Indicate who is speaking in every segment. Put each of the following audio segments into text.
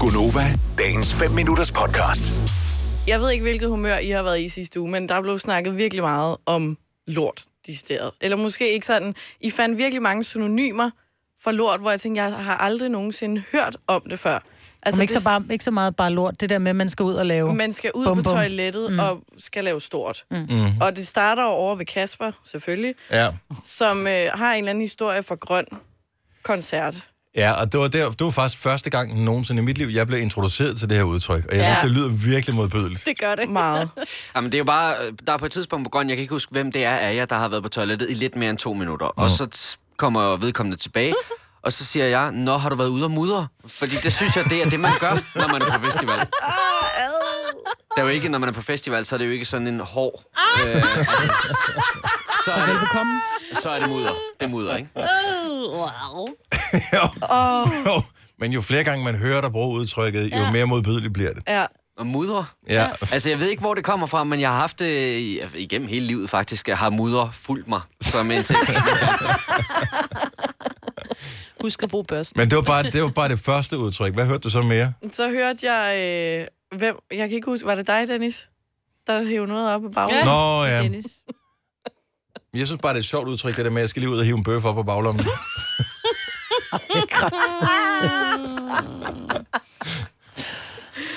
Speaker 1: Gunova, dagens 5 minutters podcast.
Speaker 2: Jeg ved ikke, hvilket humør I har været i sidste uge, men der blev snakket virkelig meget om lort, de steder. Eller måske ikke sådan. I fandt virkelig mange synonymer for lort, hvor jeg tænkte, jeg har aldrig nogensinde hørt om det før.
Speaker 3: Altså, ikke, det... så bare, ikke så meget bare lort, det der med, at man skal ud og lave...
Speaker 2: Man skal ud
Speaker 3: Bum,
Speaker 2: på
Speaker 3: bum.
Speaker 2: toilettet mm. og skal lave stort. Mm.
Speaker 4: Mhm.
Speaker 2: Og det starter jo over ved Kasper, selvfølgelig,
Speaker 4: Ja.
Speaker 2: som øh, har en eller anden historie for grøn koncert.
Speaker 4: Ja, og det var, der, det var faktisk første gang nogensinde i mit liv, jeg blev introduceret til det her udtryk. Og jeg
Speaker 2: Ja.
Speaker 4: ja. synes, det lyder virkelig modbydeligt.
Speaker 2: Det gør det. Meget.
Speaker 5: Jamen, det er jo bare, øh, der er på et tidspunkt på grøn, jeg kan ikke huske, hvem det er af jer, der har været på toilettet i lidt mere end to minutter. Og så t- kommer vedkommende tilbage, og så siger jeg, nå, har du været ude og mudre? Fordi det synes jeg, det er det, man gør, når man er på festival. Det er jo ikke, når man er på festival, så er det jo ikke sådan en hård... Øh, så, er det,
Speaker 3: Velbekomme.
Speaker 5: så er det mudder. Det er mudder, ikke?
Speaker 4: Jo, Men jo flere gange man hører dig bruge udtrykket, jo mere modbydeligt bliver det.
Speaker 2: Ja.
Speaker 5: Og mudder.
Speaker 4: Ja.
Speaker 5: Altså, jeg ved ikke, hvor det kommer fra, men jeg har haft det i- altså, igennem hele livet faktisk. Jeg har mudder fulgt mig som en ting.
Speaker 6: Husk at bruge børsten.
Speaker 4: Men det var, bare, det var bare det første udtryk. Hvad hørte du så mere?
Speaker 2: Så hørte jeg... Øh, hvem, jeg kan ikke huske, var det dig, Dennis? Der hævde noget op i baggrunden.
Speaker 6: Ja.
Speaker 4: Nå ja,
Speaker 6: Dennis.
Speaker 4: jeg synes bare, det er et sjovt udtryk, det der med, at jeg skal lige ud og hive en bøf op på baglommen.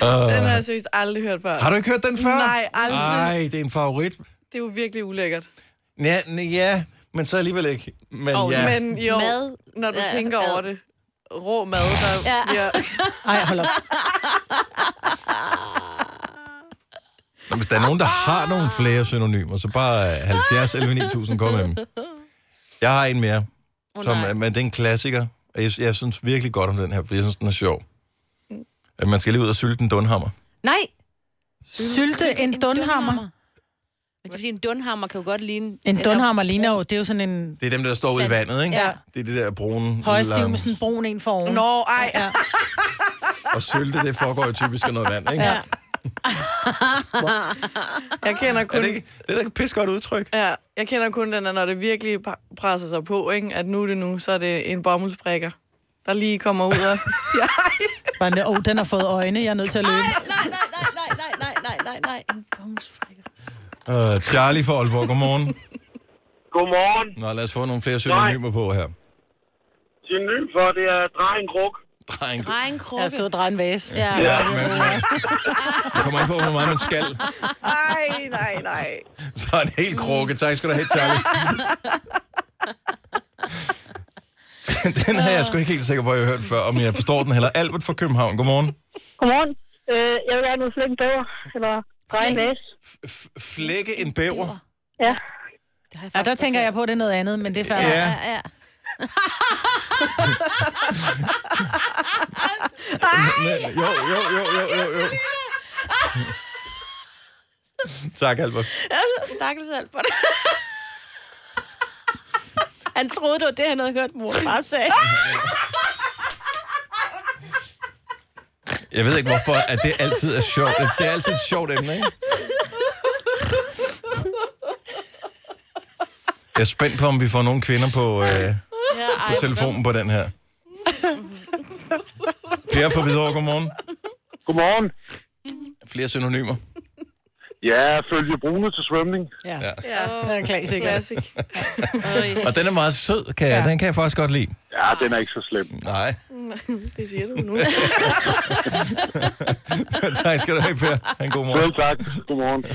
Speaker 2: Den har jeg seriøst aldrig hørt før.
Speaker 4: Har du ikke hørt den før?
Speaker 2: Nej, aldrig.
Speaker 4: Nej, det er en favorit.
Speaker 2: Det er jo virkelig ulækkert.
Speaker 4: Ja, n- ja men så alligevel ikke. Men
Speaker 6: Og
Speaker 4: ja.
Speaker 2: Men jo,
Speaker 6: Mad.
Speaker 2: når du
Speaker 6: Ja,
Speaker 2: tænker
Speaker 6: mad.
Speaker 2: over det, rå mad, der
Speaker 6: Ja.
Speaker 2: bliver...
Speaker 3: Ej, hold op.
Speaker 4: Nå, Hvis der er nogen, der har nogle flere synonymer, så bare øh, 70 11 9000 kom med dem. Jeg har en mere, oh, som,
Speaker 6: nej.
Speaker 4: er- men det er en klassiker. og Jeg, jeg synes virkelig godt om den her, for jeg synes, den er sjov. At man skal lige ud og sylte en dunhammer.
Speaker 6: Nej,
Speaker 3: Sylte en dunhammer.
Speaker 6: Men det er fordi, en dunhammer kan jo godt ligne...
Speaker 3: En dunhammer ligner jo, det er jo sådan en
Speaker 4: Det er dem, der står ude i vandet, ikke?
Speaker 3: Ja.
Speaker 4: Det er det der brune...
Speaker 3: højsiv
Speaker 4: lange-
Speaker 3: med sådan en brun en for oven.
Speaker 2: Nå, ej. Ja.
Speaker 4: Og sylte, det foregår jo typisk af noget vand, ikke? Ja.
Speaker 2: Jeg kender kun...
Speaker 4: Er det ikke? Det er da et pis godt udtryk.
Speaker 2: Ja, jeg kender kun den, at når det virkelig pa- presser sig på, ikke? at nu er det nu, så er det en bomuldsprikker, der lige kommer ud og siger, "Ej."
Speaker 3: Bare den, oh, den har fået øjne, jeg er nødt til at løbe.
Speaker 6: Nej, nej, nej, nej, nej, nej, nej, nej, nej. En bomsfrækker.
Speaker 4: Uh, Charlie fra Aalborg, godmorgen.
Speaker 7: Godmorgen.
Speaker 4: Nå, lad os få nogle flere synonymer på her.
Speaker 7: Synonym for, det er drej en kruk.
Speaker 4: Drej en
Speaker 6: Drej en
Speaker 3: Jeg
Speaker 6: krukke.
Speaker 3: har skrevet dreje en vase.
Speaker 6: Ja.
Speaker 4: Ja, men, det kommer an på, hvor meget man skal.
Speaker 2: ej, nej, nej.
Speaker 4: Så er det helt krukke. Tak skal du have, Charlie. den her er jeg sgu ikke helt sikker på, at jeg har hørt før, om jeg forstår den heller. Albert fra København, godmorgen.
Speaker 8: Godmorgen. Øh, jeg vil gerne ud og flække en bæver, eller dreje en vase.
Speaker 4: F- Flække en bæver.
Speaker 8: Ja.
Speaker 6: Det har jeg
Speaker 3: Ja,
Speaker 6: faktisk
Speaker 3: der tænker jeg på, at det er noget andet, men det er færdigt.
Speaker 4: Ja.
Speaker 6: Ja, ja.
Speaker 4: Men- Jo, jo, jo, jo, jo, jo. Tak, Albert.
Speaker 6: Stakkels Albert. Han troede, det var det, han havde hørt mor og far sagde.
Speaker 4: Jeg ved ikke, hvorfor at det altid er sjovt. Det er altid et sjovt emne, ikke? Jeg er spændt på, om vi får nogle kvinder på... Øh
Speaker 6: Ja,
Speaker 4: på telefonen på den her. Per fra Hvidovre, godmorgen.
Speaker 7: Godmorgen.
Speaker 4: Flere synonymer.
Speaker 7: Ja, følge brune til svømning.
Speaker 4: Ja.
Speaker 2: Ja,
Speaker 3: Det er en klassiker.
Speaker 2: classic.
Speaker 4: Og den er meget sød, kan jeg. Ja. den kan jeg faktisk godt lide.
Speaker 7: Ja, den er ikke så slem.
Speaker 4: Nej.
Speaker 2: Det siger du nu.
Speaker 4: tak skal du have, Per. Ha' En god morgen.
Speaker 7: Selv tak. Godmorgen.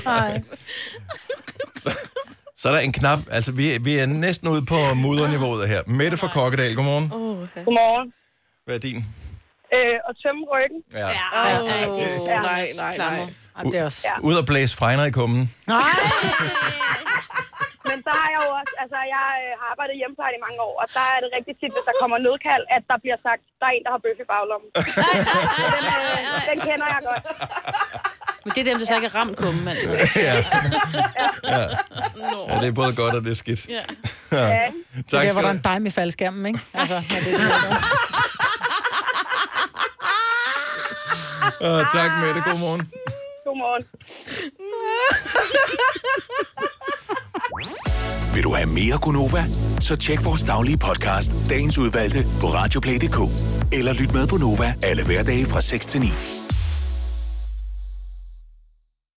Speaker 4: Så er der en knap. Altså, vi, vi er næsten ude på moderniveauet her. Mette fra Kokkedal, godmorgen.
Speaker 8: Godmorgen.
Speaker 4: Hvad er din?
Speaker 8: Øh, og tømme ryggen.
Speaker 4: Ja.
Speaker 2: Oh, nej, nej, nej.
Speaker 3: Jamen, det er også...
Speaker 4: Ud og blæse fregner i kummen.
Speaker 8: Men så har jeg jo også, altså jeg øh, har arbejdet i hjemmeplejen i mange år, og der er det rigtig tit, hvis der kommer nødkald, at der bliver sagt, der er en, der har bøf i baglommen. den, øh, den kender jeg godt.
Speaker 6: Men det er dem, der så ikke er ramt kummen, altså.
Speaker 4: ja. ja. det er både godt og det er skidt. Ja.
Speaker 3: Det
Speaker 8: Ja.
Speaker 3: er der,
Speaker 4: Tak skal
Speaker 3: hvor
Speaker 4: du
Speaker 3: der er en dime i faldskærmen, ikke? Altså, men det er
Speaker 4: have. Åh, Tak, Mette. God morgen.
Speaker 8: Godmorgen.
Speaker 1: Vil du have mere Gunova? Så tjek vores daglige podcast, dagens udvalgte, på radioplay.dk. eller lyt med på Nova alle hverdage fra 6 til 9.